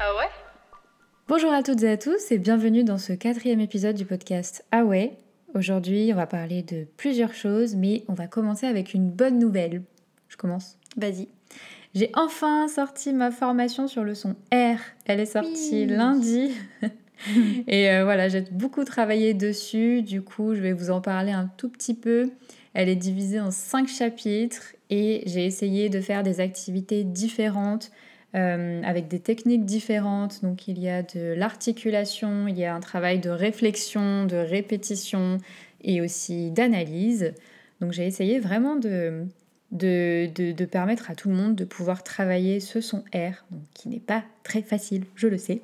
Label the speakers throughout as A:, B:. A: Ah ouais
B: Bonjour à toutes et à tous et bienvenue dans ce quatrième épisode du podcast Ah ouais. Aujourd'hui, on va parler de plusieurs choses, mais on va commencer avec une bonne nouvelle. Je commence. Vas-y. J'ai enfin sorti ma formation sur le son R. Elle est sortie
C: Oui.
B: lundi. et euh, voilà, j'ai beaucoup travaillé dessus. Du coup, je vais vous en parler un tout petit peu. Elle est divisée en cinq chapitres et j'ai essayé de faire des activités différentes euh, avec des techniques différentes. Donc il y a de l'articulation, il y a un travail de réflexion, de répétition et aussi d'analyse. Donc j'ai essayé vraiment de, de, de- de permettre à tout le monde de pouvoir travailler ce son R, donc qui n'est pas très facile, je le sais.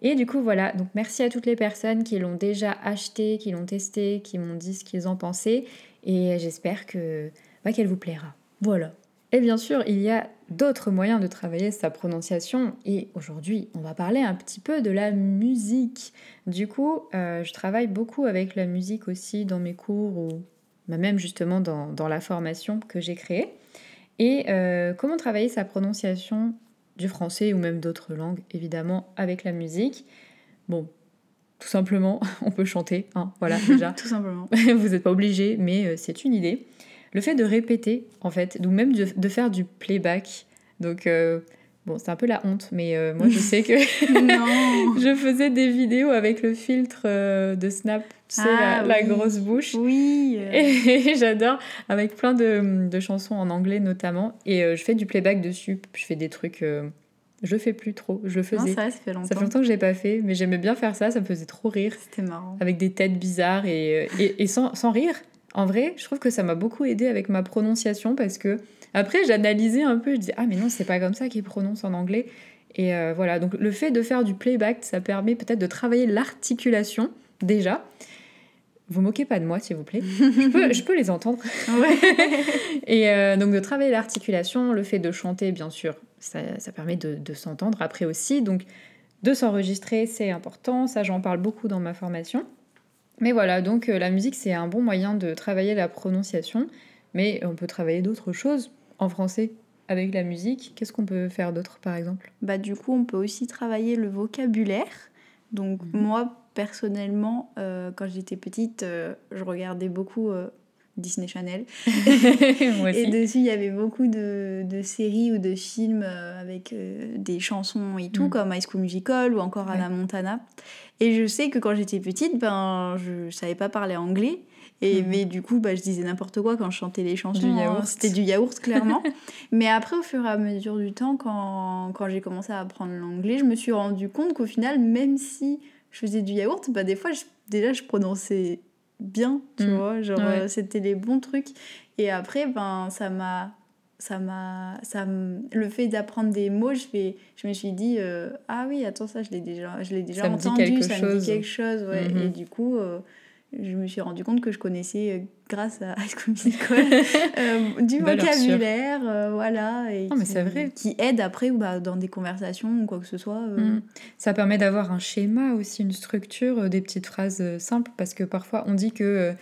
B: Et du coup voilà, donc merci à toutes les personnes qui l'ont déjà acheté, qui l'ont testé, qui m'ont dit ce qu'ils en pensaient, et j'espère que bah, qu'elle vous plaira. Voilà. Et bien sûr, il y a d'autres moyens de travailler sa prononciation. Et aujourd'hui, on va parler un petit peu de la musique. Du coup, euh, je travaille beaucoup avec la musique aussi dans mes cours ou bah, même justement dans, dans la formation que j'ai créée. Et euh, comment travailler sa prononciation du français ou même d'autres langues, évidemment, avec la musique. Bon, tout simplement, on peut chanter, hein, voilà déjà.
C: Tout simplement.
B: vous n'êtes pas obligé, mais euh, c'est une idée. Le fait de répéter, en fait, ou même de, de faire du playback. Donc, euh, bon, c'est un peu la honte, mais euh, moi, je sais que
C: non
B: je faisais des vidéos avec le filtre euh, de Snap, tu sais,
C: Ah,
B: la, la
C: oui.
B: grosse bouche.
C: Oui euh,
B: Et j'adore, avec plein de, de chansons en anglais notamment. Et euh, je fais du playback dessus. Je fais des trucs. euh, je fais plus trop. Je le
C: Non,
B: faisais.
C: ça, ça fait longtemps.
B: ça fait longtemps que je l'ai pas fait, mais j'aimais bien faire ça. Ça me faisait trop rire
C: C'était marrant.
B: avec des têtes bizarres et, euh, et- et sans, sans rire. En vrai, je trouve que ça m'a beaucoup aidé avec ma prononciation parce que après j'analysais un peu, je disais ah mais non c'est pas comme ça qu'ils prononcent en anglais et euh, voilà donc le fait de faire du playback ça permet peut-être de travailler l'articulation déjà. Vous moquez pas de moi s'il vous plaît, je peux, je peux les entendre.
C: Ouais.
B: Et euh, donc de travailler l'articulation, le fait de chanter, bien sûr, ça, ça permet de, de s'entendre après aussi. Donc de s'enregistrer, c'est important. Ça, j'en parle beaucoup dans ma formation. Mais voilà, donc euh, la musique, c'est un bon moyen de travailler la prononciation. Mais on peut travailler d'autres choses en français avec la musique. Qu'est-ce qu'on peut faire d'autre, par exemple
C: Bah, du coup, on peut aussi travailler le vocabulaire. Donc,
B: Mhm.
C: moi, personnellement, euh, quand j'étais petite, euh, je regardais beaucoup euh, Disney Channel.
B: Moi
C: Et
B: aussi.
C: dessus, il y avait beaucoup de, de séries ou de films euh, avec euh, des chansons et tout,
B: Mm.
C: comme High School Musical ou encore Anna Montana. Et je sais que quand j'étais petite, ben, je savais pas parler anglais. Et,
B: Mm.
C: Mais du coup, bah, je disais n'importe quoi quand je chantais les chansons.
B: Du
C: hein.
B: yaourt.
C: C'était du yaourt, clairement. mais après, au fur et à mesure du temps, quand, quand j'ai commencé à apprendre l'anglais, je me suis rendu compte qu'au final, même si je faisais du yaourt, bah, des fois, je- déjà, je prononçais bien, tu
B: Mm.
C: vois. Genre,
B: Ouais.
C: euh, c'était les bons trucs. Et après, ben, ça m'a. Ça m'a. Ça m- le fait d'apprendre des mots, je, fais, je me suis dit, euh, ah oui, attends, ça, je l'ai déjà, je l'ai déjà
B: Ça me dit
C: entendu,
B: quelque
C: ça me
B: chose.
C: dit quelque chose. ouais.
B: Mhm.
C: Et du coup, euh, je me suis rendu compte que je connaissais, euh, grâce à High School Musical, euh, du
B: Valeur sûre.
C: vocabulaire, euh, voilà. Et
B: Non, mais
C: qui-
B: c'est vrai.
C: Qui aide après bah, dans des conversations ou quoi que ce soit. euh,
B: Mm. Ça permet d'avoir un schéma aussi, une structure, euh, des petites phrases euh, simples, parce que parfois on dit que euh,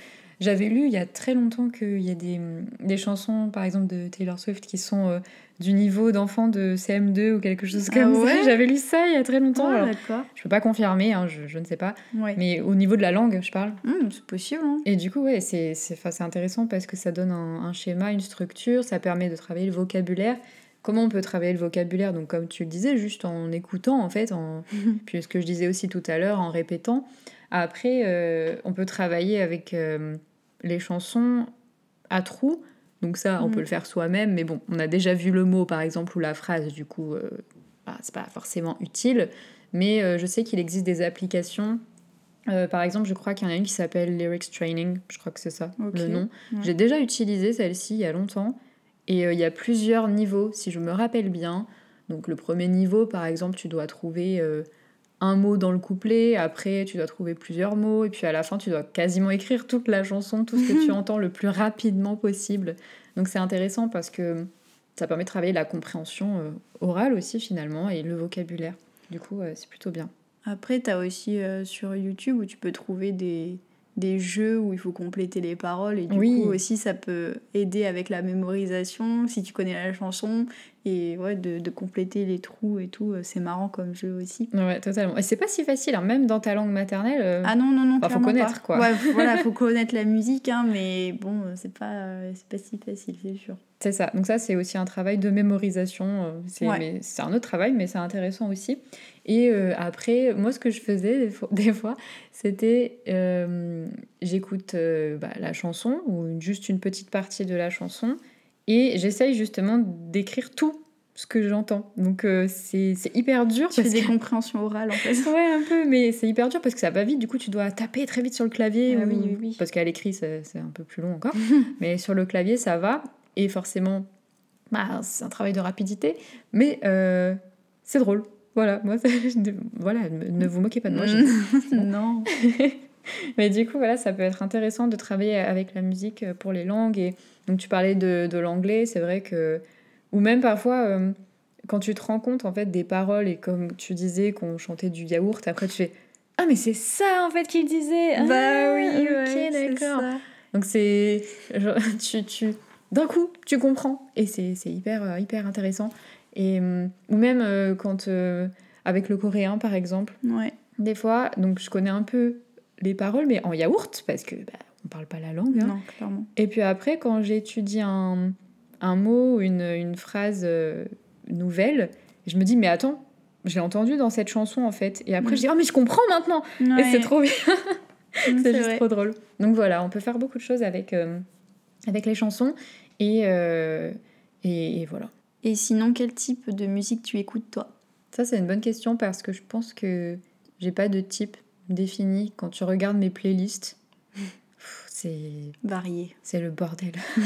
B: j'avais lu il y a très longtemps qu'il y a des, mm, des chansons, par exemple de Taylor Swift, qui sont euh, du niveau d'enfant de CM2 ou quelque chose
C: Ah
B: comme
C: ouais
B: ça. J'avais lu ça il y a très longtemps.
C: Ah,
B: alors,
C: d'accord.
B: je peux pas confirmer, hein, je, je ne sais pas,
C: Ouais.
B: mais au niveau de la langue, je parle.
C: Hum, c'est possible, hein.
B: Et du coup, ouais, c'est c'est- enfin, c'est intéressant parce que ça donne un, un schéma, une structure, ça permet de travailler le vocabulaire. Comment on peut travailler le vocabulaire Donc, comme tu le disais, juste en écoutant, en fait, en... puis ce que je disais aussi tout à l'heure, en répétant. Après, euh, on peut travailler avec euh, les chansons à trous. Donc ça, on
C: Mhm.
B: peut le faire soi-même, mais bon, on a déjà vu le mot, par exemple, ou la phrase, du coup, euh, bah, c'est pas forcément utile. Mais euh, je sais qu'il existe des applications. Euh, par exemple, je crois qu'il y en a une qui s'appelle Lyrics Training, je crois que c'est ça
C: Ok.
B: le nom.
C: Ouais.
B: J'ai déjà utilisé celle-ci il y a longtemps et euh, il y a plusieurs niveaux, si je me rappelle bien. Donc le premier niveau, par exemple, tu dois trouver euh, un mot dans le couplet, après tu dois trouver plusieurs mots et puis à la fin tu dois quasiment écrire toute la chanson, tout ce que tu entends le plus rapidement possible. Donc c'est intéressant parce que ça permet de travailler la compréhension euh, orale aussi finalement et le vocabulaire. Du coup, euh, c'est plutôt bien.
C: Après, t'as aussi euh, sur YouTube où tu peux trouver des, des jeux où il faut compléter les paroles et du
B: Oui.
C: coup aussi ça peut aider avec la mémorisation. Si tu connais la chanson, Et ouais, de, de compléter les trous et tout, euh, c'est marrant comme jeu aussi.
B: Ouais, totalement. Et c'est pas si facile, hein, même dans ta langue maternelle. euh,
C: Ah non, non, non,
B: Bah, faut
C: clairement
B: connaître,
C: pas.
B: quoi.
C: Ouais, voilà, faut connaître la musique, hein, mais bon, euh, c'est pas, euh, c'est pas si facile, c'est sûr.
B: C'est ça. Donc ça, c'est aussi un travail de mémorisation. euh, C'est
C: Ouais.
B: mais c'est un autre travail, mais c'est intéressant aussi. Et euh, après, moi, ce que je faisais des fois, des fois, c'était euh, j'écoute euh, bah, la chanson ou une- juste une petite partie de la chanson et j'essaye justement d'écrire tout ce que j'entends. Donc euh, c'est c'est hyper dur.
C: Tu fais
B: parce
C: des
B: que-
C: compréhensions orales en fait.
B: Ouais, un peu, mais c'est hyper dur parce que ça va vite. Du coup, tu dois taper très vite sur le clavier.
C: Ah
B: ou-
C: oui, oui, oui.
B: Parce qu'à l'écrit, c'est c'est un peu plus long encore. mais sur le clavier, ça va. Et forcément, bah, c'est un travail de rapidité. Mais euh, c'est drôle. Voilà, moi, ça- je ne- voilà, ne ne vous moquez pas de moi. j'ai-
C: non.
B: mais du coup, voilà, ça peut être intéressant de travailler avec la musique euh, pour les langues. Et donc, tu parlais de, de l'anglais, c'est vrai que. Ou même parfois, euh, quand tu te rends compte en fait des paroles et comme tu disais qu'on chantait du yaourt, après tu fais Ah, mais c'est ça en fait qu'il disait Ah,
C: Bah oui,
B: ok,
C: ouais, c'est
B: d'accord.
C: ça.
B: Donc, c'est. genre, tu, tu... D'un coup, tu comprends. Et c'est c'est hyper, euh, hyper intéressant. Et, euh, ou même euh, quand. euh, avec le coréen par exemple.
C: Ouais.
B: Des fois, donc je connais un peu les paroles, mais en yaourt, parce que bah, on parle pas la langue. hein.
C: Non, clairement.
B: Et puis après, quand j'étudie un, un mot ou une, une phrase euh, nouvelle, je me dis, mais attends, j'ai entendu dans cette chanson en fait. Et après,
C: Mm.
B: je dis, oh, mais je comprends maintenant Et
C: Ouais,
B: c'est trop bien, c'est
C: c'est
B: juste
C: vrai.
B: trop drôle. Donc voilà, on peut faire beaucoup de choses avec, euh, avec les chansons. Et, euh, et, et voilà.
C: Et sinon, quel type de musique tu écoutes toi
B: Ça, c'est une bonne question parce que je pense que j'ai pas de type défini. Quand tu regardes mes playlists, pff, c'est.
C: Variée.
B: C'est le bordel.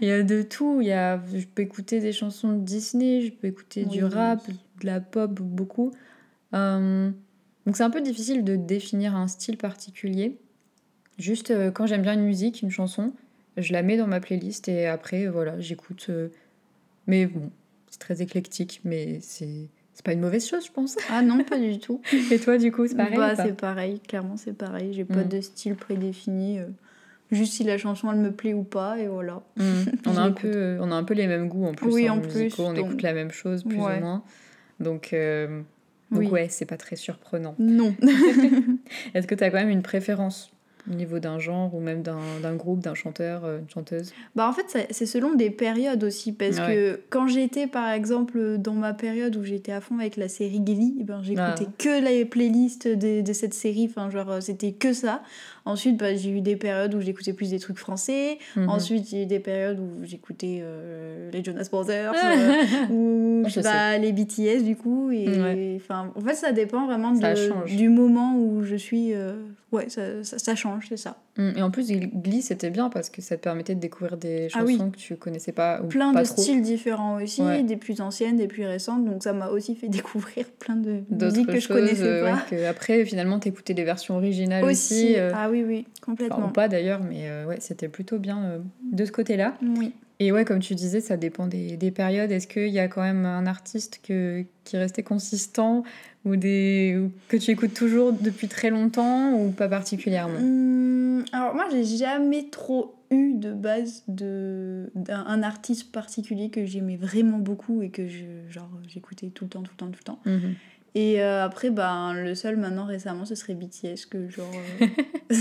B: il y a de tout. Il y a, je peux écouter des chansons de Disney, je peux écouter du
C: Oui.
B: rap, de la pop, beaucoup. Euh, donc c'est un peu difficile de définir un style particulier. Juste euh, quand j'aime bien une musique, une chanson, je la mets dans ma playlist et après, voilà, j'écoute. euh, mais bon, c'est très éclectique, mais c'est, c'est pas une mauvaise chose, je pense.
C: Ah non, pas du tout.
B: Et toi, du coup, c'est pareil
C: Bah,
B: ou pas
C: c'est pareil, clairement c'est pareil. J'ai pas
B: Mm.
C: de style prédéfini. euh, Juste si la chanson elle me plaît ou pas, et voilà.
B: Mm. on,
C: Je
B: a un
C: l'écoute.
B: peu, euh, on a un peu les mêmes goûts en plus.
C: Oui,
B: hein,
C: en plus,
B: musicaux, on
C: donc-
B: écoute la même chose plus
C: Ouais.
B: ou moins. Donc, euh, donc
C: Oui.
B: ouais, c'est pas très surprenant.
C: Non.
B: Est-ce que tu as quand même une préférence au niveau d'un genre ou même d'un d'un groupe, d'un chanteur, euh, une chanteuse
C: Bah en fait, ça- c'est selon des périodes aussi, parce
B: Ah
C: que quand j'étais par exemple dans ma période où j'étais à fond avec la série Gilly, eh ben, j'écoutais
B: Ah.
C: que les playlists de, de cette série, enfin genre euh, c'était que ça. Ensuite, bah, j'ai eu des périodes où j'écoutais plus des trucs français,
B: Mhm.
C: ensuite j'ai eu des périodes où j'écoutais euh, les Jonas Brothers,
B: Ah.
C: euh, ou
B: Je
C: je sais pas, les BTS du coup, et
B: Ouais.
C: enfin en fait ça dépend vraiment
B: Ça
C: de-
B: change.
C: du moment où je suis. euh, Ouais, ça, ça, ça change, c'est ça.
B: Mm, Et en plus, Glee, c'était bien parce que ça te permettait de découvrir des
C: Ah
B: chansons
C: oui.
B: que tu connaissais pas ou
C: plein
B: pas
C: de
B: trop.
C: styles différents aussi,
B: Ouais.
C: des plus anciennes, des plus récentes. Donc ça m'a aussi fait découvrir plein de
B: D'autres
C: musiques que
B: choses,
C: je connaissais
B: euh, ouais,
C: pas.
B: que après, finalement, t'écoutais les versions originales aussi.
C: Aussi,
B: euh,
C: ah oui, oui,
B: enfin,
C: complètement.
B: ou pas d'ailleurs, mais euh, ouais, c'était plutôt bien euh, de ce côté-là.
C: Oui.
B: Et ouais, comme tu disais, ça dépend des, des périodes. Est-ce qu'il y a quand même un artiste que, qui restait consistant ou, des, ou que tu écoutes toujours depuis très longtemps ou pas particulièrement
C: Hum, alors moi, j'ai jamais trop eu de base de d'un un artiste particulier que j'aimais vraiment beaucoup et que je genre j'écoutais tout le temps, tout le temps, tout le temps.
B: Mhm.
C: Et euh, après, ben, le seul maintenant récemment, ce serait BTS que genre. euh,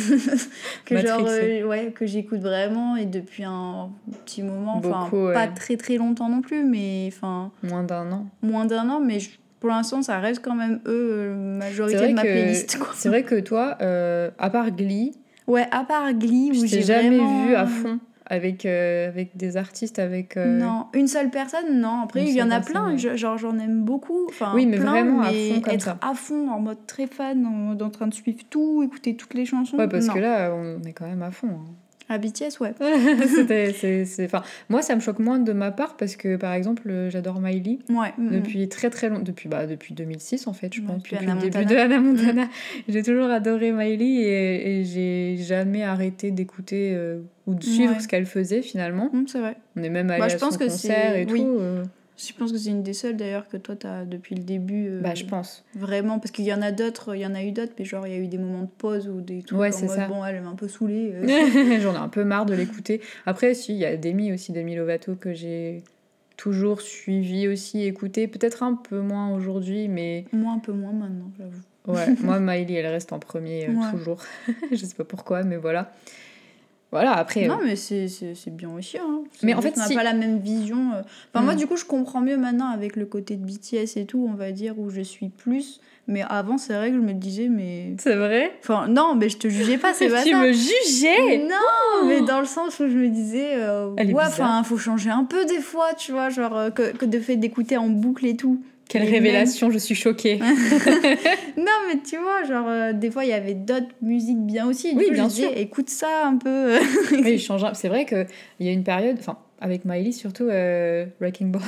C: que genre,
B: Matrixé.
C: euh, ouais, que j'écoute vraiment et depuis un petit moment. Enfin,
B: Beaucoup, ouais.
C: pas très très longtemps non plus, mais enfin,
B: Moins d'un an.
C: moins d'un an, mais je- pour l'instant, ça reste quand même eux,
B: C'est
C: la
B: vrai
C: majorité de ma
B: que-
C: playlist, quoi.
B: C'est vrai que toi, euh, à part Glee,
C: Ouais, à part Glee,
B: je
C: où
B: t'ai
C: j'ai
B: jamais
C: vraiment-
B: vu à fond avec, euh, avec des artistes avec. euh,
C: Non, une seule personne, non. Après,
B: Une
C: il y en
B: seule
C: a
B: personne,
C: plein,
B: ouais.
C: je- genre j'en aime beaucoup. Enfin,
B: Oui, mais
C: plein,
B: vraiment à
C: mais
B: fond comme
C: être
B: ça.
C: à fond, en mode très fan, en, mode en train de suivre tout, écouter toutes les chansons.
B: Ouais, parce
C: non.
B: que là, on est quand même à fond. hein.
C: À BTS, ouais.
B: C'était- c'est- c'est- enfin, moi, ça me choque moins de ma part parce que, par exemple, euh, j'adore Miley.
C: Ouais. mm, mm.
B: depuis très très longtemps, depuis, bah, depuis 2006 en fait, je
C: Ouais,
B: pense,
C: Mmh, depuis
B: depuis,
C: Hannah
B: le début
C: Montana. Mmh.
B: de Hannah Montana. J'ai toujours adoré Miley et, et j'ai jamais arrêté d'écouter euh, ou de suivre
C: Ouais.
B: ce qu'elle faisait finalement.
C: Mm, c'est vrai.
B: On est même allé
C: je
B: à
C: pense
B: son
C: que
B: concert
C: c'est-
B: et
C: oui.
B: tout. euh,
C: Je pense que c'est une des seules d'ailleurs que toi t'as depuis le début. euh,
B: bah je pense.
C: Vraiment, parce qu'il y en a d'autres, il y en a eu d'autres, mais genre il y a eu des moments de pause ou des trucs
B: Ouais,
C: en
B: c'est
C: mode
B: ça.
C: bon, elle m'a un peu saoulée. euh.
B: J'en ai un peu marre de l'écouter. Après si, il y a Demi aussi, Demi Lovato que j'ai toujours suivi aussi, écouté, peut-être un peu moins aujourd'hui, mais
C: Moi, un peu moins maintenant, j'avoue.
B: ouais, moi Miley elle reste en premier euh,
C: Ouais.
B: toujours. je sais pas pourquoi, mais voilà. Voilà, après,
C: Non,
B: euh,
C: mais c'est c'est- c'est bien aussi. hein. C'est
B: Mais en
C: juste
B: fait,
C: on n'a
B: si-
C: pas la même vision. euh. Enfin, moi,
B: Hmm.
C: du coup, je comprends mieux maintenant avec le côté de BTS et tout, on va dire, où je suis plus. Mais avant, c'est vrai que je me disais, mais.
B: c'est vrai.
C: Enfin, non, mais je te jugeais pas, c'est pas
B: tu
C: ça.
B: me jugeais
C: Non, mais dans le sens où je me disais, euh,
B: Elle est
C: ouais,
B: bizarre.
C: enfin, faut changer un peu des fois, tu vois, genre, euh, que, que de fait d'écouter en boucle et tout.
B: Quelle
C: Mais
B: révélation, je suis choquée.
C: Non, mais tu vois, genre, euh, des fois, il y avait d'autres musiques bien aussi. Du
B: Oui,
C: coup, je
B: bien
C: disais,
B: sûr.
C: écoute ça un peu.
B: oui, il change un- C'est vrai qu'il y a une période, enfin, avec Miley surtout, euh, Wrecking Ball.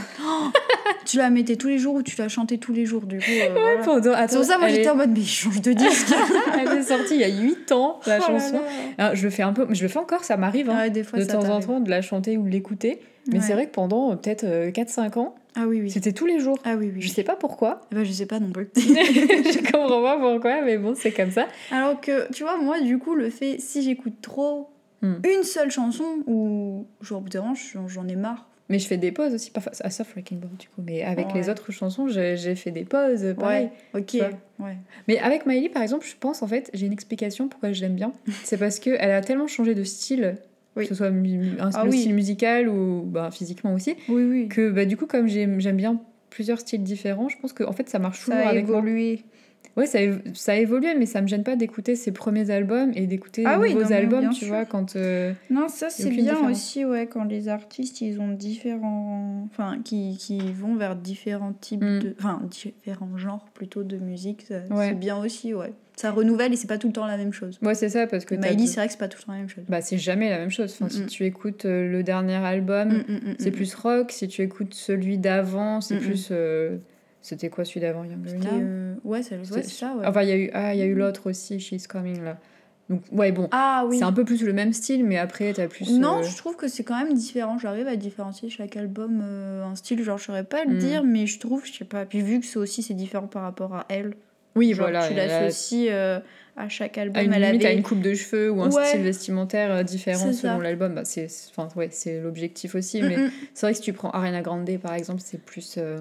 C: tu la mettais tous les jours ou tu la chantais tous les jours, du coup. euh, voilà.
B: Pendant-
C: C'est pour
B: attends,
C: ça, moi,
B: elle
C: j'étais
B: est-
C: en mode, mais change de disque.
B: Elle est sortie il y a 8 ans, la
C: Oh là
B: chanson.
C: là.
B: Alors, je le fais un peu, mais je le fais encore, ça m'arrive hein,
C: Ouais, des fois,
B: de
C: ça
B: temps en
C: t'arrive.
B: temps de la chanter ou de l'écouter. Mais
C: Ouais.
B: c'est vrai que pendant euh, peut-être euh, 4-5 ans,
C: Ah oui, oui.
B: c'était tous les jours.
C: Ah oui, oui.
B: Je sais pas pourquoi.
C: Bah, je sais pas non plus.
B: je comprends pas pourquoi, mais bon, c'est comme ça.
C: Alors que, tu vois, moi, du coup, le fait, si j'écoute trop
B: Hmm.
C: une seule chanson ou genre, bout d'un moment, j'en- j'en ai marre.
B: Mais je fais des pauses aussi, parfois. Ah, sauf Wrecking Ball, du coup. Mais avec les
C: Ouais.
B: autres chansons, j'ai j'ai fait des pauses, pareil.
C: Ouais, ok.
B: Tu vois.
C: Ouais.
B: Mais avec Miley, par exemple, je pense en fait, j'ai une explication pourquoi je l'aime bien. C'est parce qu'elle a tellement changé de style,
C: Oui.
B: que ce soit mu- mu- un
C: Ah
B: le
C: oui.
B: style musical ou bah, physiquement aussi,
C: Oui, oui.
B: que bah, du coup, comme j'aime j'aime bien plusieurs styles différents, je pense que en fait, ça marche
C: ça
B: toujours
C: a
B: avec moi.
C: évolué.
B: Ouais, ça, évo- ça a évolué, mais ça me gêne pas d'écouter ses premiers albums et d'écouter
C: Ah
B: les
C: oui,
B: nouveaux
C: non, mais
B: albums,
C: bien
B: tu
C: sûr.
B: vois, quand. euh,
C: Non, ça
B: Il y a
C: c'est
B: aucune
C: bien
B: différence.
C: aussi, ouais, quand les artistes ils ont différents. Enfin, qui, qui vont vers différents types
B: Mm.
C: de. Enfin, différents genres plutôt de musique, ça-
B: Ouais.
C: c'est bien aussi, Hmm. ouais. Ça renouvelle et c'est pas tout le temps la même chose.
B: Ouais, c'est ça, parce que. t'as
C: Miley,
B: deux-
C: c'est vrai que c'est pas tout le temps la même chose.
B: Bah, c'est jamais la même chose. Enfin, Si
C: Mm-mm.
B: tu écoutes euh, le dernier album,
C: Mm, mm, mm,
B: c'est
C: mm.
B: plus rock. Si tu écoutes celui d'avant, c'est
C: Mm-mm.
B: plus. euh, C'était quoi celui d'avant Young
C: C'était,
B: Luna
C: euh, Ouais, c'est ouais,
B: C'est-
C: c'est ça, ouais. Mhm.
B: Enfin, il y a eu, ah, il y a eu l'autre aussi, She's Coming là. Donc, ouais, bon,
C: Ah oui.
B: c'est un peu plus le même style, mais après, t'as plus.
C: Non,
B: euh,
C: je trouve que c'est quand même différent. J'arrive à différencier chaque album euh, un style, genre je saurais pas le
B: Mm.
C: dire, mais je trouve, je sais pas. Puis vu que c'est aussi c'est différent par rapport à elle,
B: Oui,
C: genre,
B: voilà.
C: tu
B: elle a-
C: l'associes euh, à chaque album.
B: à une
C: elle
B: limite, à
C: avait-
B: une coupe de cheveux ou un
C: Ouais.
B: style vestimentaire euh, différent
C: C'est ça.
B: selon l'album. Bah, c'est, c'est- enfin, ouais, c'est l'objectif aussi. Mais
C: Mm, mm.
B: c'est vrai que si tu prends Ariana Grande, par exemple, c'est plus. euh,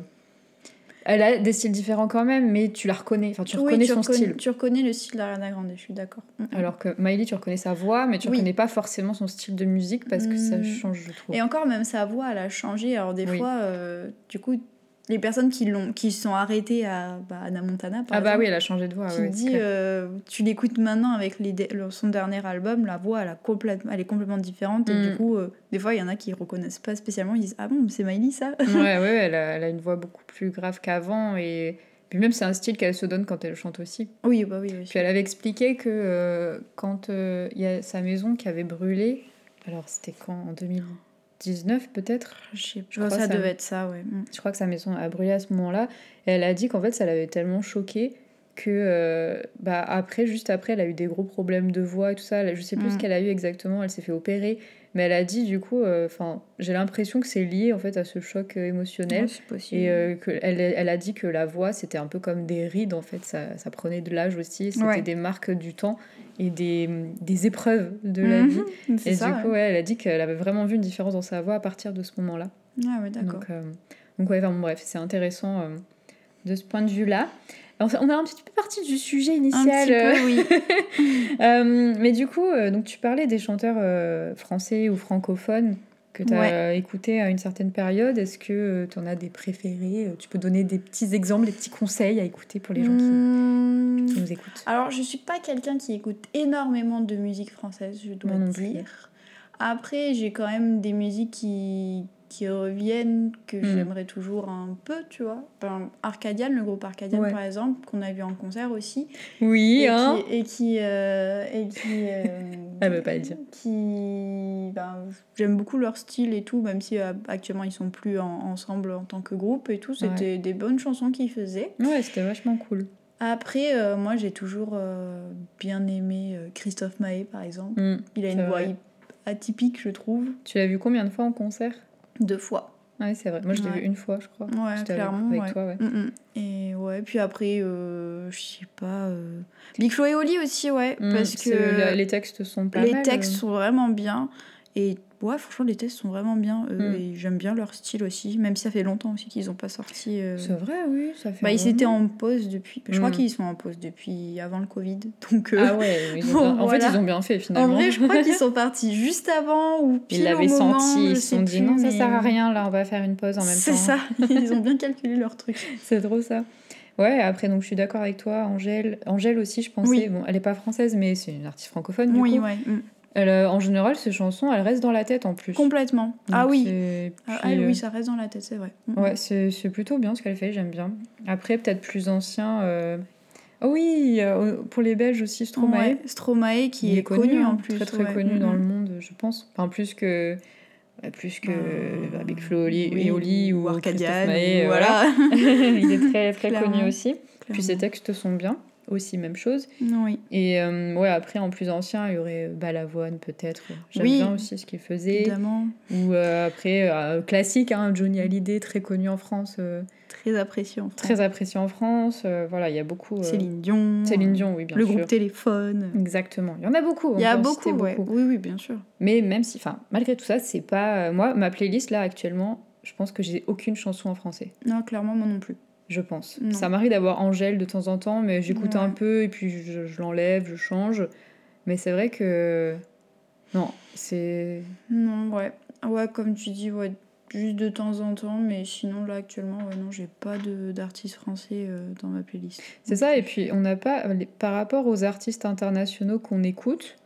B: Elle a des styles différents quand même, mais tu la reconnais. Enfin, tu
C: Oui,
B: reconnais son
C: reconnais-
B: style.
C: Tu reconnais le style d'Ariana Grande, je suis d'accord. Mm, mm.
B: Alors que Miley, tu reconnais sa voix, mais tu
C: Oui.
B: reconnais pas forcément son style de musique parce que ça
C: Mm.
B: change, je trouve.
C: Et encore, même sa voix, elle a changé. Alors des
B: Oui.
C: fois, euh, du coup, les personnes qui l'ont, qui se sont arrêtées à bah, Anna Montana, par
B: Ah bah
C: exemple,
B: oui, elle a changé de voix.
C: qui
B: ouais, c'est
C: dit,
B: clair.
C: euh, tu l'écoutes maintenant avec les dé- le- son dernier album, la voix, elle, a complètement, elle est complètement différente. Et
B: Mm.
C: du coup, euh, des fois, il y en a qui reconnaissent pas spécialement. Ils disent, ah bon, c'est Miley, ça
B: Ouais, ouais, elle a, elle a une voix beaucoup plus grave qu'avant et puis même c'est un style qu'elle se donne quand elle chante aussi.
C: Oui, bah oui. oui.
B: Puis elle avait expliqué que euh, quand euh, il y a sa maison qui avait brûlé, alors c'était quand en 2019 peut-être,
C: Je sais
B: Je
C: pas,
B: crois
C: ça
B: ça.
C: devait être ça, ouais. Mm.
B: je crois que sa maison a brûlé à ce moment-là. Et elle a dit qu'en fait ça l'avait tellement choquée que euh, bah après juste après elle a eu des gros problèmes de voix et tout ça. Elle- Je sais plus ce
C: Mm.
B: qu'elle a eu exactement. Elle s'est fait opérer, mais elle a dit du coup, euh, enfin j'ai l'impression que c'est lié en fait à ce choc euh, émotionnel.
C: Ouais, c'est possible.
B: Et euh, que elle, elle a dit que la voix, c'était un peu comme des rides, en fait, ça, ça prenait de l'âge aussi, c'était
C: Ouais.
B: des marques du temps et des, des épreuves de la
C: Mhm.
B: vie.
C: C'est
B: Et
C: ça,
B: du coup,
C: ouais.
B: ouais, elle a dit qu'elle avait vraiment vu une différence dans sa voix à partir de ce moment-là.
C: Ah ouais, d'accord.
B: Donc, euh, donc ouais, enfin, bon, bref, c'est intéressant euh, de ce point de vue-là. Alors, On a un petit peu parti du sujet
C: Un petit
B: initial,
C: peu, oui.
B: euh, euh, mais du coup, euh, donc tu parlais des chanteurs euh, français ou francophones que tu as
C: Ouais.
B: écouté à une certaine période. Est-ce que tu en as des préférés Euh, Tu peux donner des petits exemples, des petits conseils à écouter pour les gens qui,
C: Mm.
B: qui nous écoutent
C: Alors, je suis pas quelqu'un qui écoute énormément de musique française, je dois
B: Moi non plus.
C: dire. Après, j'ai quand même des musiques qui, qui reviennent, que
B: Mm.
C: j'aimerais toujours un peu, tu vois. Ben, Arcadian, le groupe Arcadian,
B: Ouais.
C: par exemple, qu'on a vu en concert aussi.
B: Oui,
C: et,
B: hein
C: qui, et qui... euh, et qui euh,
B: Elle veut pas le dire.
C: Qui... ben, j'aime beaucoup leur style et tout, même si euh, actuellement, ils sont plus en- ensemble en tant que groupe et tout. C'était des bonnes chansons qu'ils faisaient.
B: Ouais, c'était vachement cool.
C: Après, euh, moi j'ai toujours euh, bien aimé euh, Christophe Maé par exemple.
B: Mm.
C: Il a
B: C'est
C: une voix
B: vrai.
C: hy- atypique, je trouve,
B: Tu l'as vu combien de fois en concert
C: deux fois.
B: Ouais, c'est vrai. Moi, je l'ai
C: Ouais.
B: vu une fois, je crois.
C: Ouais,
B: J'étais avec-
C: clairement.
B: avec
C: ouais.
B: toi, ouais.
C: Mm, mm. Et ouais, puis après, euh, je sais pas. euh, Big Flo et Oli aussi, ouais,
B: Mm,
C: parce
B: c'est-
C: que
B: la- les textes sont pas
C: les
B: mal,
C: textes
B: euh.
C: sont vraiment bien. Et ouais, franchement, les tests sont vraiment bien.
B: Mm.
C: euh, Et j'aime bien leur style aussi, même si ça fait longtemps aussi qu'ils n'ont pas sorti. euh,
B: C'est vrai, oui, ça fait.
C: Bah,
B: un
C: ils
B: moment.
C: étaient en pause depuis. Je crois
B: Mm.
C: qu'ils sont en pause depuis avant le Covid. Donc, euh,
B: Ah ouais, ils ont
C: Bon,
B: bien- en fait,
C: voilà.
B: ils ont bien fait
C: en
B: finalement.
C: vrai, je crois qu'ils sont partis juste avant ou pile
B: ils l'avaient
C: au moment,
B: senti,
C: je
B: ils se
C: sais
B: sont dit
C: plus,
B: non, ça
C: mais-
B: sert à rien, là, on va faire une pause en même temps. hein.
C: C'est ça, ils ont bien calculé leur truc.
B: C'est trop ça. Ouais, après, donc je suis d'accord avec toi, Angèle. Angèle aussi, je pensais,
C: Oui.
B: bon, elle n'est pas française, mais c'est une artiste francophone. Du
C: Oui,
B: coup.
C: ouais. mm.
B: Elle, euh, en général, ces chansons, elles restent dans la tête en plus.
C: Complètement. ah
B: Donc,
C: oui,
B: c'est-
C: Ah,
B: puis,
C: elle,
B: euh,
C: oui, ça reste dans la tête, c'est vrai. Mm,
B: Ouais, c'est c'est plutôt bien ce qu'elle fait, j'aime bien. Après, peut-être plus ancien. euh, Oh oui, euh, pour les Belges aussi,
C: mm. Ouais,
B: Stromae.
C: Stromae qui
B: Il
C: est, connu,
B: hein,
C: en plus.
B: Très très
C: ouais.
B: connu
C: Mm,
B: dans le
C: mm.
B: monde, je pense. Enfin, plus que. bah, Plus que
C: Euh,
B: bah, Big Flo Oli-
C: oui,
B: et Oli ou,
C: Arcadian,
B: Christophe Maé,
C: ou
B: euh,
C: voilà.
B: Il est très très connu
C: Clairement.
B: aussi. Puis ses textes sont bien, aussi même chose.
C: Clairement. Oui.
B: Et euh, ouais, après en plus ancien, il y aurait euh, Balavoine peut-être. J'aime
C: Oui.
B: bien aussi ce qu'il faisait.
C: Évidemment,
B: Ou euh, après euh, classique, hein, Johnny Hallyday, très connu en France, euh,
C: très apprécié en France.
B: très apprécié en France. Euh, voilà, il y a beaucoup. euh,
C: Céline Dion.
B: Céline Dion, oui bien
C: Le
B: sûr.
C: groupe Téléphone.
B: Exactement. Il y en a beaucoup. on
C: Il y a
B: peut en citer
C: beaucoup, ouais. Oui, oui, bien sûr.
B: Mais même si, enfin, malgré tout ça, c'est pas euh, moi ma playlist là actuellement. Je pense que j'ai aucune chanson en français.
C: Non, clairement, moi non plus.
B: Je pense.
C: Non.
B: Ça m'arrive d'avoir Angèle de temps en temps, mais j'écoute
C: Ouais.
B: un peu et puis je, je l'enlève, je change. Mais c'est vrai que. Non, c'est.
C: Non, ouais. Ouais, comme tu dis, ouais, juste de temps en temps, mais sinon, là, actuellement, ouais, non, j'ai pas de- d'artiste français euh, dans ma playlist.
B: C'est ça, et puis on n'a pas. les- Par rapport aux artistes internationaux qu'on écoute,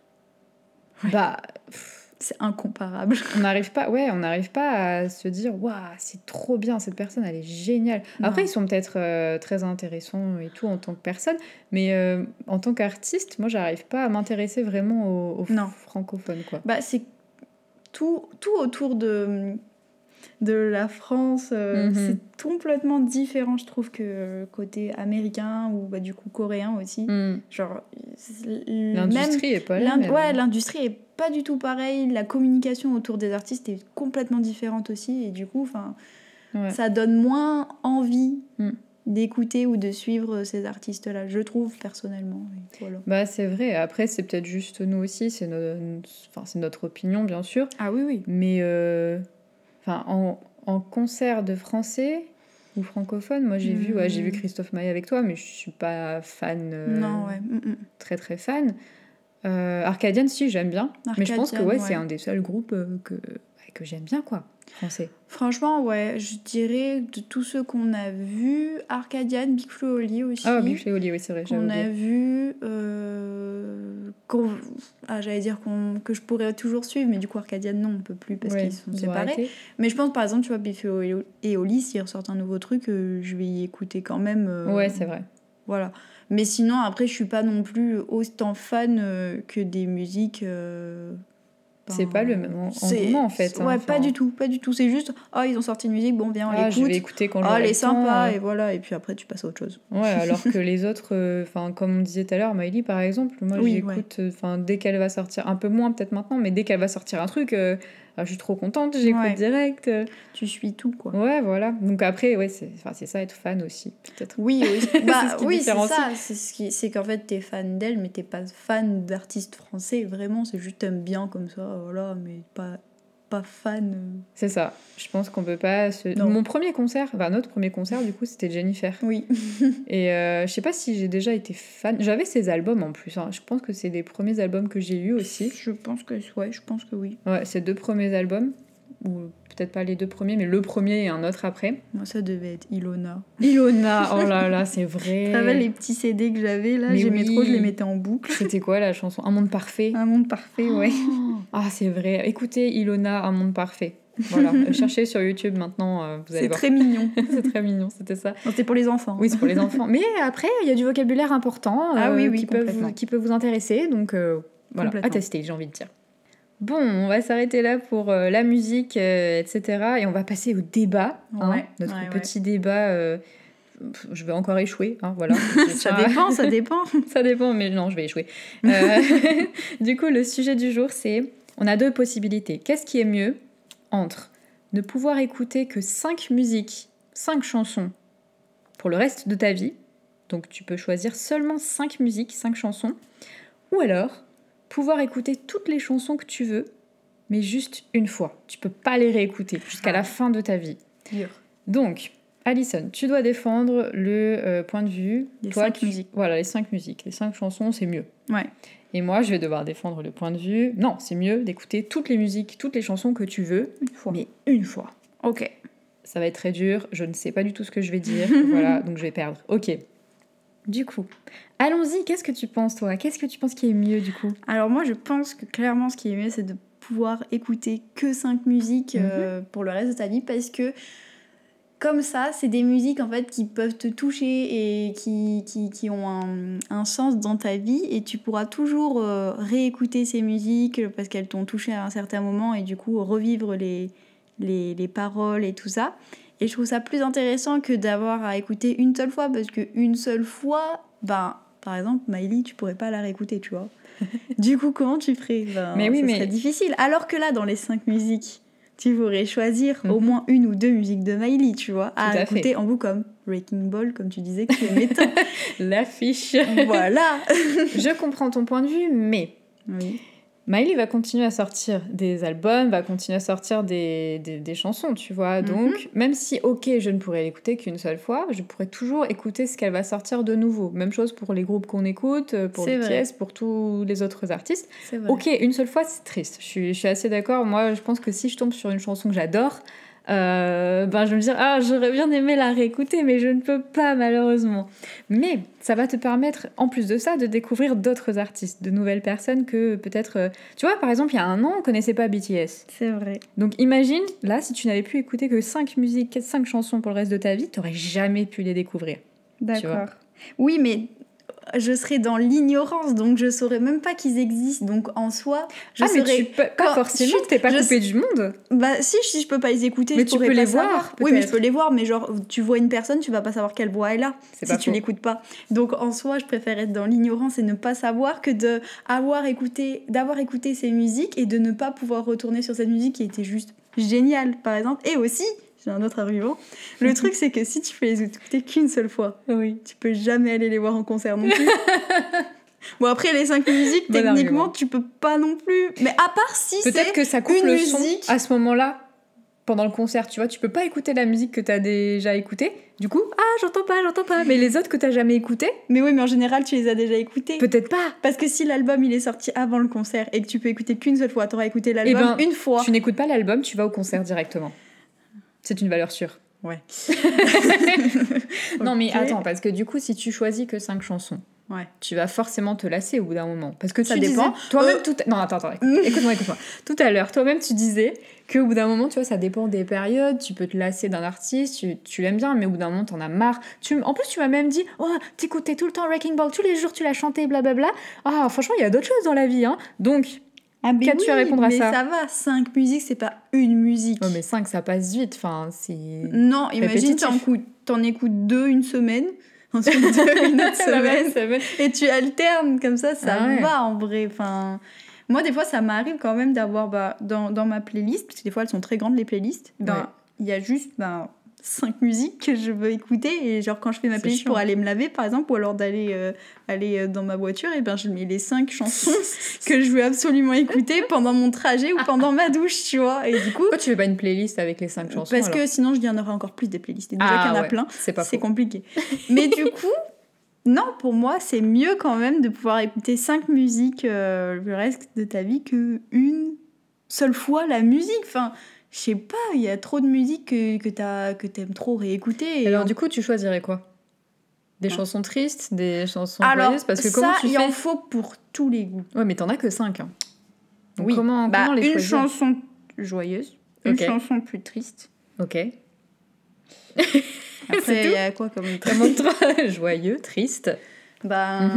C: Ouais.
B: bah. pff,
C: C'est incomparable.
B: On n'arrive pas, ouais, on n'arrive pas à se dire, waouh, c'est trop bien, cette personne, elle est géniale. Après,
C: Non.
B: ils sont peut-être euh, très intéressants et tout en tant que personne, mais euh, en tant qu'artiste, moi, j'arrive pas à m'intéresser vraiment aux, aux
C: Non.
B: francophones, quoi.
C: Bah, c'est tout, tout autour de, de la France. euh,
B: Mhm.
C: C'est complètement différent, je trouve, que euh, côté américain ou bah, du coup coréen aussi.
B: Hmm.
C: Genre, c'est l- Mm. même
B: L'industrie est pas là.
C: L'in- ouais, l'industrie est pas du tout pareille, la communication autour des artistes est complètement différente aussi, et du coup, enfin,
B: Ouais.
C: ça donne moins envie
B: Mm.
C: d'écouter ou de suivre ces artistes-là, je trouve personnellement. et voilà.
B: Bah c'est vrai. Après c'est peut-être juste nous aussi, c'est no- enfin, c'est notre opinion bien sûr,
C: Ah oui, oui.
B: mais euh, enfin en, en concert de français ou francophone, moi j'ai vu ouais, j'ai vu
C: Mhm.
B: Christophe Maé avec toi, mais je suis pas fan euh,
C: Non, ouais. mm, mm.
B: très très fan. Euh, Arcadian si j'aime bien, mais je pense que
C: Arcadian,
B: ouais,
C: ouais.
B: c'est un des seuls groupes euh, que que j'aime bien quoi français.
C: Franchement, ouais, je dirais de tous ceux qu'on a vus, Arcadian, Big Flo et Oli aussi.
B: Ah Big Flo et Oli, oui c'est vrai. j'avais
C: qu'on
B: oublié.
C: a vu, euh, qu'on- ah, j'allais dire qu'on- que je pourrais toujours suivre, mais du coup Arcadian non, on peut plus parce
B: Ouais,
C: qu'ils sont
B: ils ont
C: séparés.
B: arrêté.
C: Mais je pense par exemple, tu vois, Biffo et Oli- et Oli, s'ils ressortent un nouveau truc, euh, je vais y écouter quand même. euh,
B: Ouais c'est vrai.
C: Voilà. Mais sinon, après, je suis pas non plus autant fan euh, que des musiques. euh, ben,
B: C'est pas le même en-
C: c'est-
B: engouement, en fait. hein,
C: Ouais, pas
B: enfin.
C: du tout, pas du tout. C'est juste, oh, ils ont sorti une musique, bon, viens, on
B: Ah, je vais
C: l'écoute.
B: écouter quand
C: Oh,
B: j'aurai
C: elle
B: le
C: est sympa,
B: temps. euh,
C: et voilà. Et puis après, tu passes à autre chose.
B: Ouais, alors que les autres, euh, enfin comme on disait tout à l'heure, Miley par exemple, moi
C: Oui,
B: j'écoute, enfin dès qu'elle va sortir, un peu moins peut-être maintenant, mais dès qu'elle va sortir un truc, euh, ah, je suis trop contente, j'écoute
C: Ouais.
B: direct.
C: Tu suis tout, quoi.
B: Ouais, voilà. Donc après, ouais, c'est, 'fin, c'est ça être fan aussi, peut-être.
C: Oui, oui. Bah,
B: ce qui
C: oui, c'est
B: différencie.
C: ça. C'est ce qui- c'est qu'en fait, t'es fan d'elle, mais t'es pas fan d'artistes français. Vraiment, c'est juste t'aimes bien comme ça, voilà, mais pas, pas fan. euh.
B: C'est ça. Je pense qu'on peut pas se.
C: Non.
B: Mon premier concert, enfin notre premier concert du coup, c'était Jennifer.
C: Oui.
B: Et euh, je sais pas si j'ai déjà été fan. J'avais ses albums en plus. hein. Je pense que c'est des premiers albums que j'ai lus aussi.
C: Je pense que ouais, je pense que oui.
B: Ouais, ses deux premiers albums, ou peut-être pas les deux premiers, mais le premier et un autre après.
C: Moi, ça devait être Ilona.
B: Ilona, oh là là, c'est
C: Tu te rappelles
B: vrai.
C: les petits CD que j'avais là
B: Mais
C: J'aimais
B: oui.
C: trop, je les mettais en boucle.
B: C'était quoi la chanson Un monde parfait.
C: Un monde parfait, Ah, ouais.
B: Oh, Ah, c'est vrai. Écoutez, Ilona, Un monde parfait. Voilà, Euh, cherchez sur YouTube maintenant, euh, vous allez
C: C'est
B: voir.
C: très mignon.
B: c'est très mignon, c'était ça.
C: Non, C'était pour les enfants.
B: Oui, c'est pour les enfants. Mais après, il y a du vocabulaire important euh,
C: Ah oui, oui,
B: qui, peut vous,
C: complètement.
B: qui peut vous intéresser. Donc euh, voilà, à
C: Complètement.
B: tester, j'ai envie de dire. Bon, on va s'arrêter là pour euh, la musique, euh, etc. Et on va passer au débat. hein,
C: Ouais,
B: notre
C: ouais, ouais.
B: petit débat. euh, pff, je vais encore échouer, hein, voilà. Je
C: Ça
B: tiens à-
C: dépend, ça dépend.
B: ça dépend, mais non, je vais échouer. Euh, du coup, le sujet du jour, c'est on a deux possibilités. Qu'est-ce qui est mieux entre ne pouvoir écouter que 5 musiques, 5 chansons pour le reste de ta vie, donc tu peux choisir seulement 5 musiques, 5 chansons, ou alors pouvoir écouter toutes les chansons que tu veux, mais juste une fois. Tu peux pas les réécouter jusqu'à la fin de ta vie.
C: Dur.
B: Donc, Alison, tu dois défendre le euh, point de vue.
C: Les
B: Toi,
C: cinq
B: tu-
C: musiques.
B: Voilà, les cinq musiques. Les cinq chansons, c'est mieux.
C: Ouais.
B: Et moi, je vais devoir défendre le point de vue. Non, c'est mieux d'écouter toutes les musiques, toutes les chansons que tu veux,
C: Une fois.
B: mais une fois.
C: Ok.
B: Ça va être très dur, je ne sais pas du tout ce que je vais dire, voilà, donc je vais perdre. Ok. Du coup, allons-y, qu'est-ce que tu penses, toi Qu'est-ce que tu penses qui est mieux, du coup
C: Alors moi, je pense que clairement, ce qui est mieux, c'est de pouvoir écouter que cinq musiques euh, pour le reste de ta vie, parce que comme ça, c'est des musiques en fait qui peuvent te toucher et qui, qui, qui ont un, un sens dans ta vie, et tu pourras toujours euh, réécouter ces musiques parce qu'elles t'ont touché à un certain moment, et du coup revivre les, les, les paroles et tout ça. Et je trouve ça plus intéressant que d'avoir à écouter une seule fois, parce que une seule fois, ben, par exemple, Miley, tu pourrais pas la réécouter, tu vois. du coup, comment tu ferais ben,
B: Mais oui,
C: ça
B: mais-
C: serait difficile. Alors que là, dans les cinq musiques, tu pourrais choisir au
B: Mhm.
C: moins une ou deux musiques de Miley, tu vois,
B: Tout
C: à
B: à
C: écouter en boucle, comme Breaking Ball, comme tu disais, que tu aimais tant.
B: L'affiche
C: voilà.
B: Je comprends ton point de vue, mais
C: Oui.
B: Miley va continuer à sortir des albums, va continuer à sortir des, des- des chansons, tu
C: Mhm.
B: vois. Donc, même si, ok, je ne pourrais l'écouter qu'une seule fois, je pourrais toujours écouter ce qu'elle va sortir de nouveau. Même chose pour les groupes qu'on écoute, pour
C: C'est
B: les
C: vrai.
B: pièces, pour tous les autres artistes.
C: C'est vrai.
B: Ok, une seule fois, c'est triste. Je suis, je suis assez d'accord. Moi, je pense que si je tombe sur une chanson que j'adore, euh, ben, je vais me dire Ah, j'aurais bien aimé la réécouter, mais je ne peux pas, malheureusement. Mais ça va te permettre, en plus de ça, de découvrir d'autres artistes, de nouvelles personnes que peut-être. euh, Tu vois, par exemple, il y a un an, on ne connaissait pas BTS.
C: C'est vrai.
B: Donc imagine, là, si tu n'avais pu écouter que 5 musiques, 5 chansons pour le reste de ta vie, tu n'aurais jamais pu les découvrir.
C: D'accord. Oui, mais je serais dans l'ignorance, donc je saurais même pas qu'ils existent. Donc en soi, je
B: ah, mais
C: saurais.
B: tu peux- pas
C: quand-
B: forcément,
C: chut,
B: t'es pas
C: je
B: coupé du monde.
C: Bah si, si je peux pas les écouter,
B: Mais
C: je
B: tu
C: pourrais
B: peux
C: pas
B: les
C: savoir.
B: voir,
C: Oui, mais je
B: peut-être.
C: peux les voir, mais genre tu vois une personne, tu vas pas savoir quelle voix elle a
B: C'est
C: si
B: pas
C: tu
B: faux.
C: l'écoutes pas. Donc en soi, je préfère être dans l'ignorance et ne pas savoir que de avoir écouté, d'avoir écouté ces musiques et de ne pas pouvoir retourner sur cette musique qui était juste géniale, par exemple. Et aussi, j'ai un autre argument. Le truc, c'est que si tu peux les écouter qu'une seule fois,
B: Oui.
C: tu peux jamais aller les voir en concert non plus. bon après les cinq musiques,
B: Bon
C: techniquement,
B: argument.
C: tu peux pas non plus. Mais à part si c'est
B: Peut-être que ça coupe
C: une
B: le
C: musique.
B: son à ce moment-là, pendant le concert, tu vois. Tu peux pas écouter la musique que t'as déjà écoutée. Du coup, ah, j'entends pas, j'entends pas. Mais les autres que t'as jamais écoutées,
C: Mais oui, mais en général, tu les as déjà écoutés.
B: peut-être pas.
C: Parce que si l'album il est sorti avant le concert et que tu peux écouter qu'une seule fois, t'auras écouté l'album
B: Eh ben,
C: une fois.
B: Tu n'écoutes pas l'album, tu vas au concert directement. C'est une valeur sûre.
C: Ouais.
B: Non, mais
C: Ok.
B: attends, parce que du coup, si tu choisis que 5 chansons,
C: Ouais.
B: tu vas forcément te lasser au bout d'un moment. Parce que
C: Ça
B: tu disais-
C: dépend.
B: Toi-même,
C: Euh,
B: tout. Non, attends, attends, écoute- écoute-moi, écoute-moi. Tout à l'heure, toi-même, tu disais qu'au bout d'un moment, tu vois, ça dépend des périodes. Tu peux te lasser d'un artiste, tu, tu l'aimes bien, mais au bout d'un moment, t'en as marre. Tu, m- en plus, tu m'as même dit Oh, t'écoutais tout le temps Wrecking Ball, tous les jours, tu l'as chanté, blablabla. Ah, franchement, il y a d'autres choses dans la vie, hein. Donc,
C: Ah, mais
B: Qu'as-tu à répondre à
C: mais
B: ça
C: ça va, cinq musiques, c'est pas une musique.
B: oh, mais 5, ça passe vite. Enfin, c'est.
C: Non, imagine,
B: Répétitif.
C: t'en écoutes, t'en écoutes deux une semaine, ensuite deux une autre
B: La même
C: semaine, et tu alternes, comme ça, ça
B: Ah ouais.
C: va en vrai. Enfin, moi, des fois, ça m'arrive quand même d'avoir bah, dans, dans ma playlist, parce que des fois, elles sont très grandes, les playlists, ben,
B: Ouais.
C: il y a juste ben, cinq musiques que je veux écouter, et genre, quand je fais ma
B: C'est
C: playlist
B: chiant.
C: pour aller me laver, par exemple, ou alors d'aller euh, aller euh, dans ma voiture, et ben, je mets les cinq chansons que je veux absolument écouter pendant mon trajet ou pendant ma douche, tu vois, et du coup...
B: Pourquoi tu fais pas une playlist avec les 5 chansons
C: Euh, Parce
B: alors
C: que sinon, je dis, il y en aura encore plus des playlists. Et déjà
B: Ah
C: qu'il y en a
B: ouais,
C: plein,
B: c'est pas
C: c'est
B: faux.
C: compliqué. Mais du coup, non, pour moi, c'est mieux quand même de pouvoir écouter cinq musiques euh, le reste de ta vie que une seule fois la musique. Enfin, je sais pas, il y a trop de musique que, que, t'as- que t'aimes trop réécouter. Et
B: Alors du coup, tu choisirais quoi Des
C: Ah.
B: chansons tristes, des chansons
C: Alors,
B: joyeuses Parce que comment
C: ça,
B: tu
C: il
B: fais
C: en faut pour tous les goûts.
B: Ouais, mais t'en as que 5. Donc
C: Oui.
B: comment,
C: Bah,
B: comment les
C: une
B: choisir
C: chanson joyeuse, une
B: Ok.
C: chanson plus triste.
B: Ok.
C: Après,
B: C'est
C: il y a quoi comme
B: Comment trois Joyeux, triste.
C: Ben.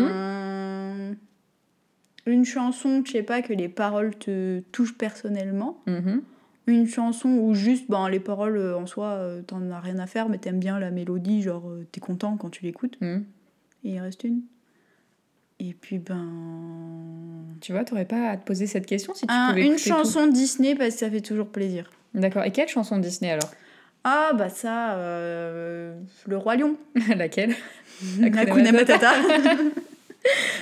B: Mhm.
C: Une chanson, je sais pas, que les paroles te touchent personnellement.
B: Mhm.
C: Une chanson où juste, ben, les paroles euh, en soi, euh, t'en as rien à faire, mais t'aimes bien la mélodie, genre, euh, t'es content quand tu l'écoutes.
B: Mhm.
C: Et il reste une. Et puis, ben.
B: Tu vois, t'aurais pas à te poser cette question si tu
C: un-
B: pouvais
C: une
B: écouter tout.
C: chanson Disney, parce que ça fait toujours plaisir.
B: D'accord. Et quelle chanson Disney alors
C: Ah, bah ça, euh, Le Roi Lion.
B: Laquelle
C: Hakuna
B: Matata.
C: Matata.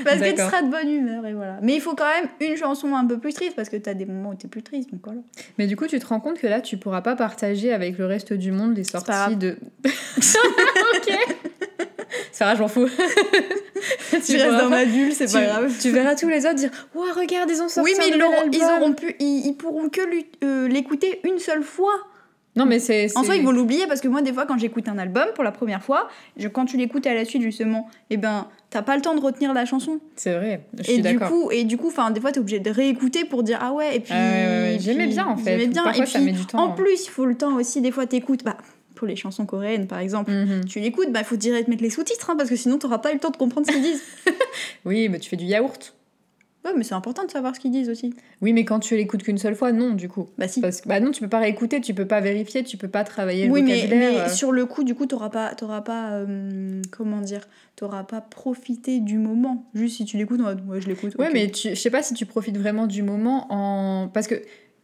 C: parce que tu
B: D'accord.
C: seras de bonne humeur et voilà. Mais il faut quand même une chanson un peu plus triste parce que t'as des moments où t'es plus triste donc voilà.
B: Mais du coup, tu te rends compte que là, tu pourras pas partager avec le reste du monde les
C: pas
B: sorties de. ok Sarah, j'en fous.
C: Tu restes dans ma bulle, c'est
B: tu,
C: pas grave.
B: tu verras tous les autres dire Ouah, regarde, ils ont sorti
C: Oui, mais
B: un
C: ils,
B: nouvel
C: l'auront- ils
B: album.
C: auront pu, ils, ils pourront que l'ut- euh, l'écouter une seule fois.
B: Non, mais c'est.
C: En
B: c'est-
C: soi, ils vont l'oublier parce que moi, des fois, quand j'écoute un album pour la première fois, je, quand tu l'écoutes à la suite justement, eh ben, t'as pas le temps de retenir la chanson.
B: C'est vrai, je
C: et
B: suis
C: du
B: d'accord.
C: coup, et du coup, enfin, des fois, t'es obligé de réécouter pour dire ah ouais. Et puis,
B: Ah ouais, ouais, ouais.
C: et
B: J'aimais
C: puis-
B: bien en fait.
C: J'aimais bien.
B: Parfois,
C: et
B: ça
C: puis,
B: met du temps. hein.
C: en plus, il faut le temps aussi. Des fois, t'écoutes. Bah, pour les chansons coréennes, par exemple.
B: Mhm.
C: Tu l'écoutes, bah faut direct mettre les sous-titres hein, parce que sinon t'auras pas eu le temps de comprendre ce qu'ils disent.
B: Oui, mais tu fais du yaourt.
C: Ouais, mais c'est important de savoir ce qu'ils disent aussi.
B: Oui, mais quand tu l'écoutes qu'une seule fois, non, du coup.
C: Bah si.
B: Parce que bah non, tu peux pas réécouter, tu peux pas vérifier, tu peux pas travailler le
C: Oui, mais,
B: vocabulaire.
C: mais
B: euh.
C: sur le coup, du coup, t'auras pas, t'auras pas, euh, comment dire, t'auras pas profité du moment. Juste si tu l'écoutes, en mode, ouais, je l'écoute.
B: Ouais,
C: ok.
B: mais tu, je sais pas si tu profites vraiment du moment en. Parce que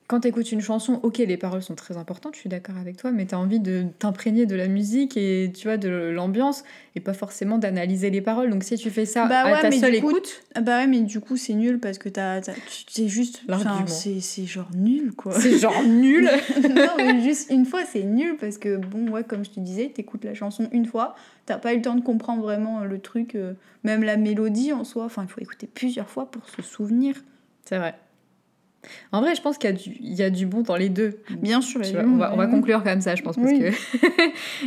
B: quand t'écoutes une chanson, ok, les paroles sont très importantes, je suis d'accord avec toi, mais t'as envie de t'imprégner de la musique et tu vois, de l'ambiance, et pas forcément d'analyser les paroles. Donc si tu fais ça
C: Bah
B: à
C: ouais,
B: ta
C: mais
B: seule
C: du coup,
B: écoute,
C: Ah Bah ouais, mais du coup, c'est nul parce que t'as, t'as- tu- c'est juste, enfin,
B: L'argument.
C: c'est, c'est genre nul quoi.
B: c'est genre nul.
C: non, mais juste une fois, c'est nul parce que bon, ouais, comme je te disais, t'écoutes la chanson une fois, t'as pas eu le temps de comprendre vraiment le truc, euh, même la mélodie en soi. Enfin, il faut écouter plusieurs fois pour se souvenir.
B: C'est vrai. En vrai, je pense qu'il y, a du- il y a du bon dans les deux.
C: Bien sûr.
B: Mm. Tu
C: les
B: vois,
C: gens,
B: on, va, on va
C: vraiment.
B: conclure comme ça, je pense. Parce
C: Oui.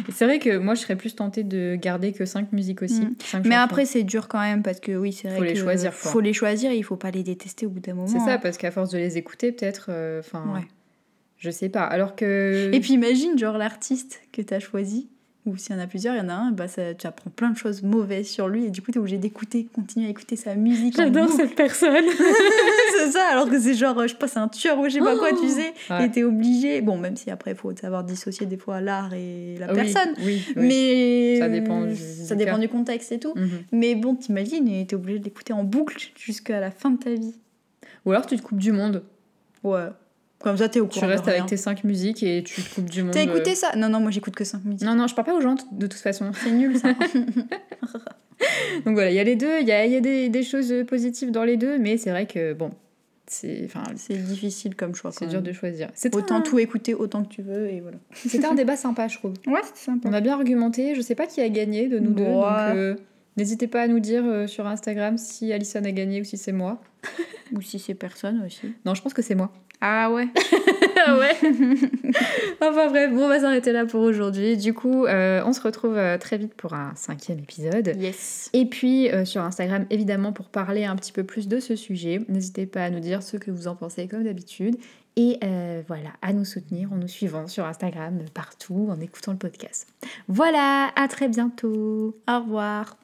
B: que c'est vrai que moi, je serais plus tentée de garder que 5 musiques aussi.
C: Mm.
B: cinq
C: Mais
B: chansons.
C: après, c'est dur quand même parce que oui, c'est vrai
B: Faut les
C: que
B: choisir, quoi.
C: faut les choisir et il faut pas les détester au bout d'un moment.
B: c'est ça,
C: hein.
B: parce qu'à force de les écouter, peut-être. euh, Enfin,
C: Ouais.
B: je sais pas. Alors que.
C: Et puis imagine genre l'artiste que t'as choisi ou s'il y en a plusieurs, il y en a un, bah ça, tu apprends plein de choses mauvaises sur lui et du coup t'es obligé d'écouter, continuer à écouter sa musique. en
B: J'adore
C: boucle.
B: cette personne.
C: c'est ça, alors que c'est genre euh, je passe un tueur ou je sais pas quoi, tu sais,
B: Oh. Ouais.
C: et t'es obligé. Bon, même si après il faut savoir dissocier des fois l'art et la
B: Ah oui,
C: personne,
B: Oui, oui.
C: mais
B: Ça dépend du-
C: ça
B: du
C: dépend
B: cas.
C: du contexte et tout.
B: Mhm.
C: Mais bon, t'imagines et t'es obligé de l'écouter en boucle jusqu'à la fin de ta vie.
B: Ou alors tu te coupes du monde.
C: Ouais. Comme ça, t'es au
B: Tu
C: courant. de
B: restes
C: rien.
B: avec tes 5 musiques et tu te coupes du monde. euh.
C: T'as écouté ça Non, non, moi j'écoute que 5 minutes.
B: Non, non, je parle pas aux gens t- de toute façon.
C: C'est nul ça.
B: Donc voilà, il y a les deux, il y a, il y a des, des choses positives dans les deux, mais c'est vrai que bon, c'est enfin,
C: c'est difficile comme choix.
B: c'est
C: quand
B: dur de
C: même.
B: choisir. C'est
C: Autant
B: un,
C: tout écouter autant que tu veux et voilà.
B: c'était un débat sympa, je trouve.
C: Ouais, c'est sympa.
B: On a bien argumenté, je sais pas qui a gagné de nous deux,
C: Moi.
B: donc euh, n'hésitez pas à nous dire euh, sur Instagram si Alison a gagné ou si c'est moi.
C: Ou si c'est personne aussi.
B: Non, je pense que c'est moi.
C: Ah ouais.
B: Ah ouais Enfin bref, bon, on va s'arrêter là pour aujourd'hui. Du coup, euh, on se retrouve euh, très vite pour un cinquième épisode.
C: Yes.
B: Et puis euh, sur Instagram, évidemment, pour parler un petit peu plus de ce sujet, n'hésitez pas à nous dire ce que vous en pensez comme d'habitude. Et euh, voilà, à nous soutenir en nous suivant sur Instagram, partout, en écoutant le podcast. Voilà, à très bientôt.
C: Au revoir.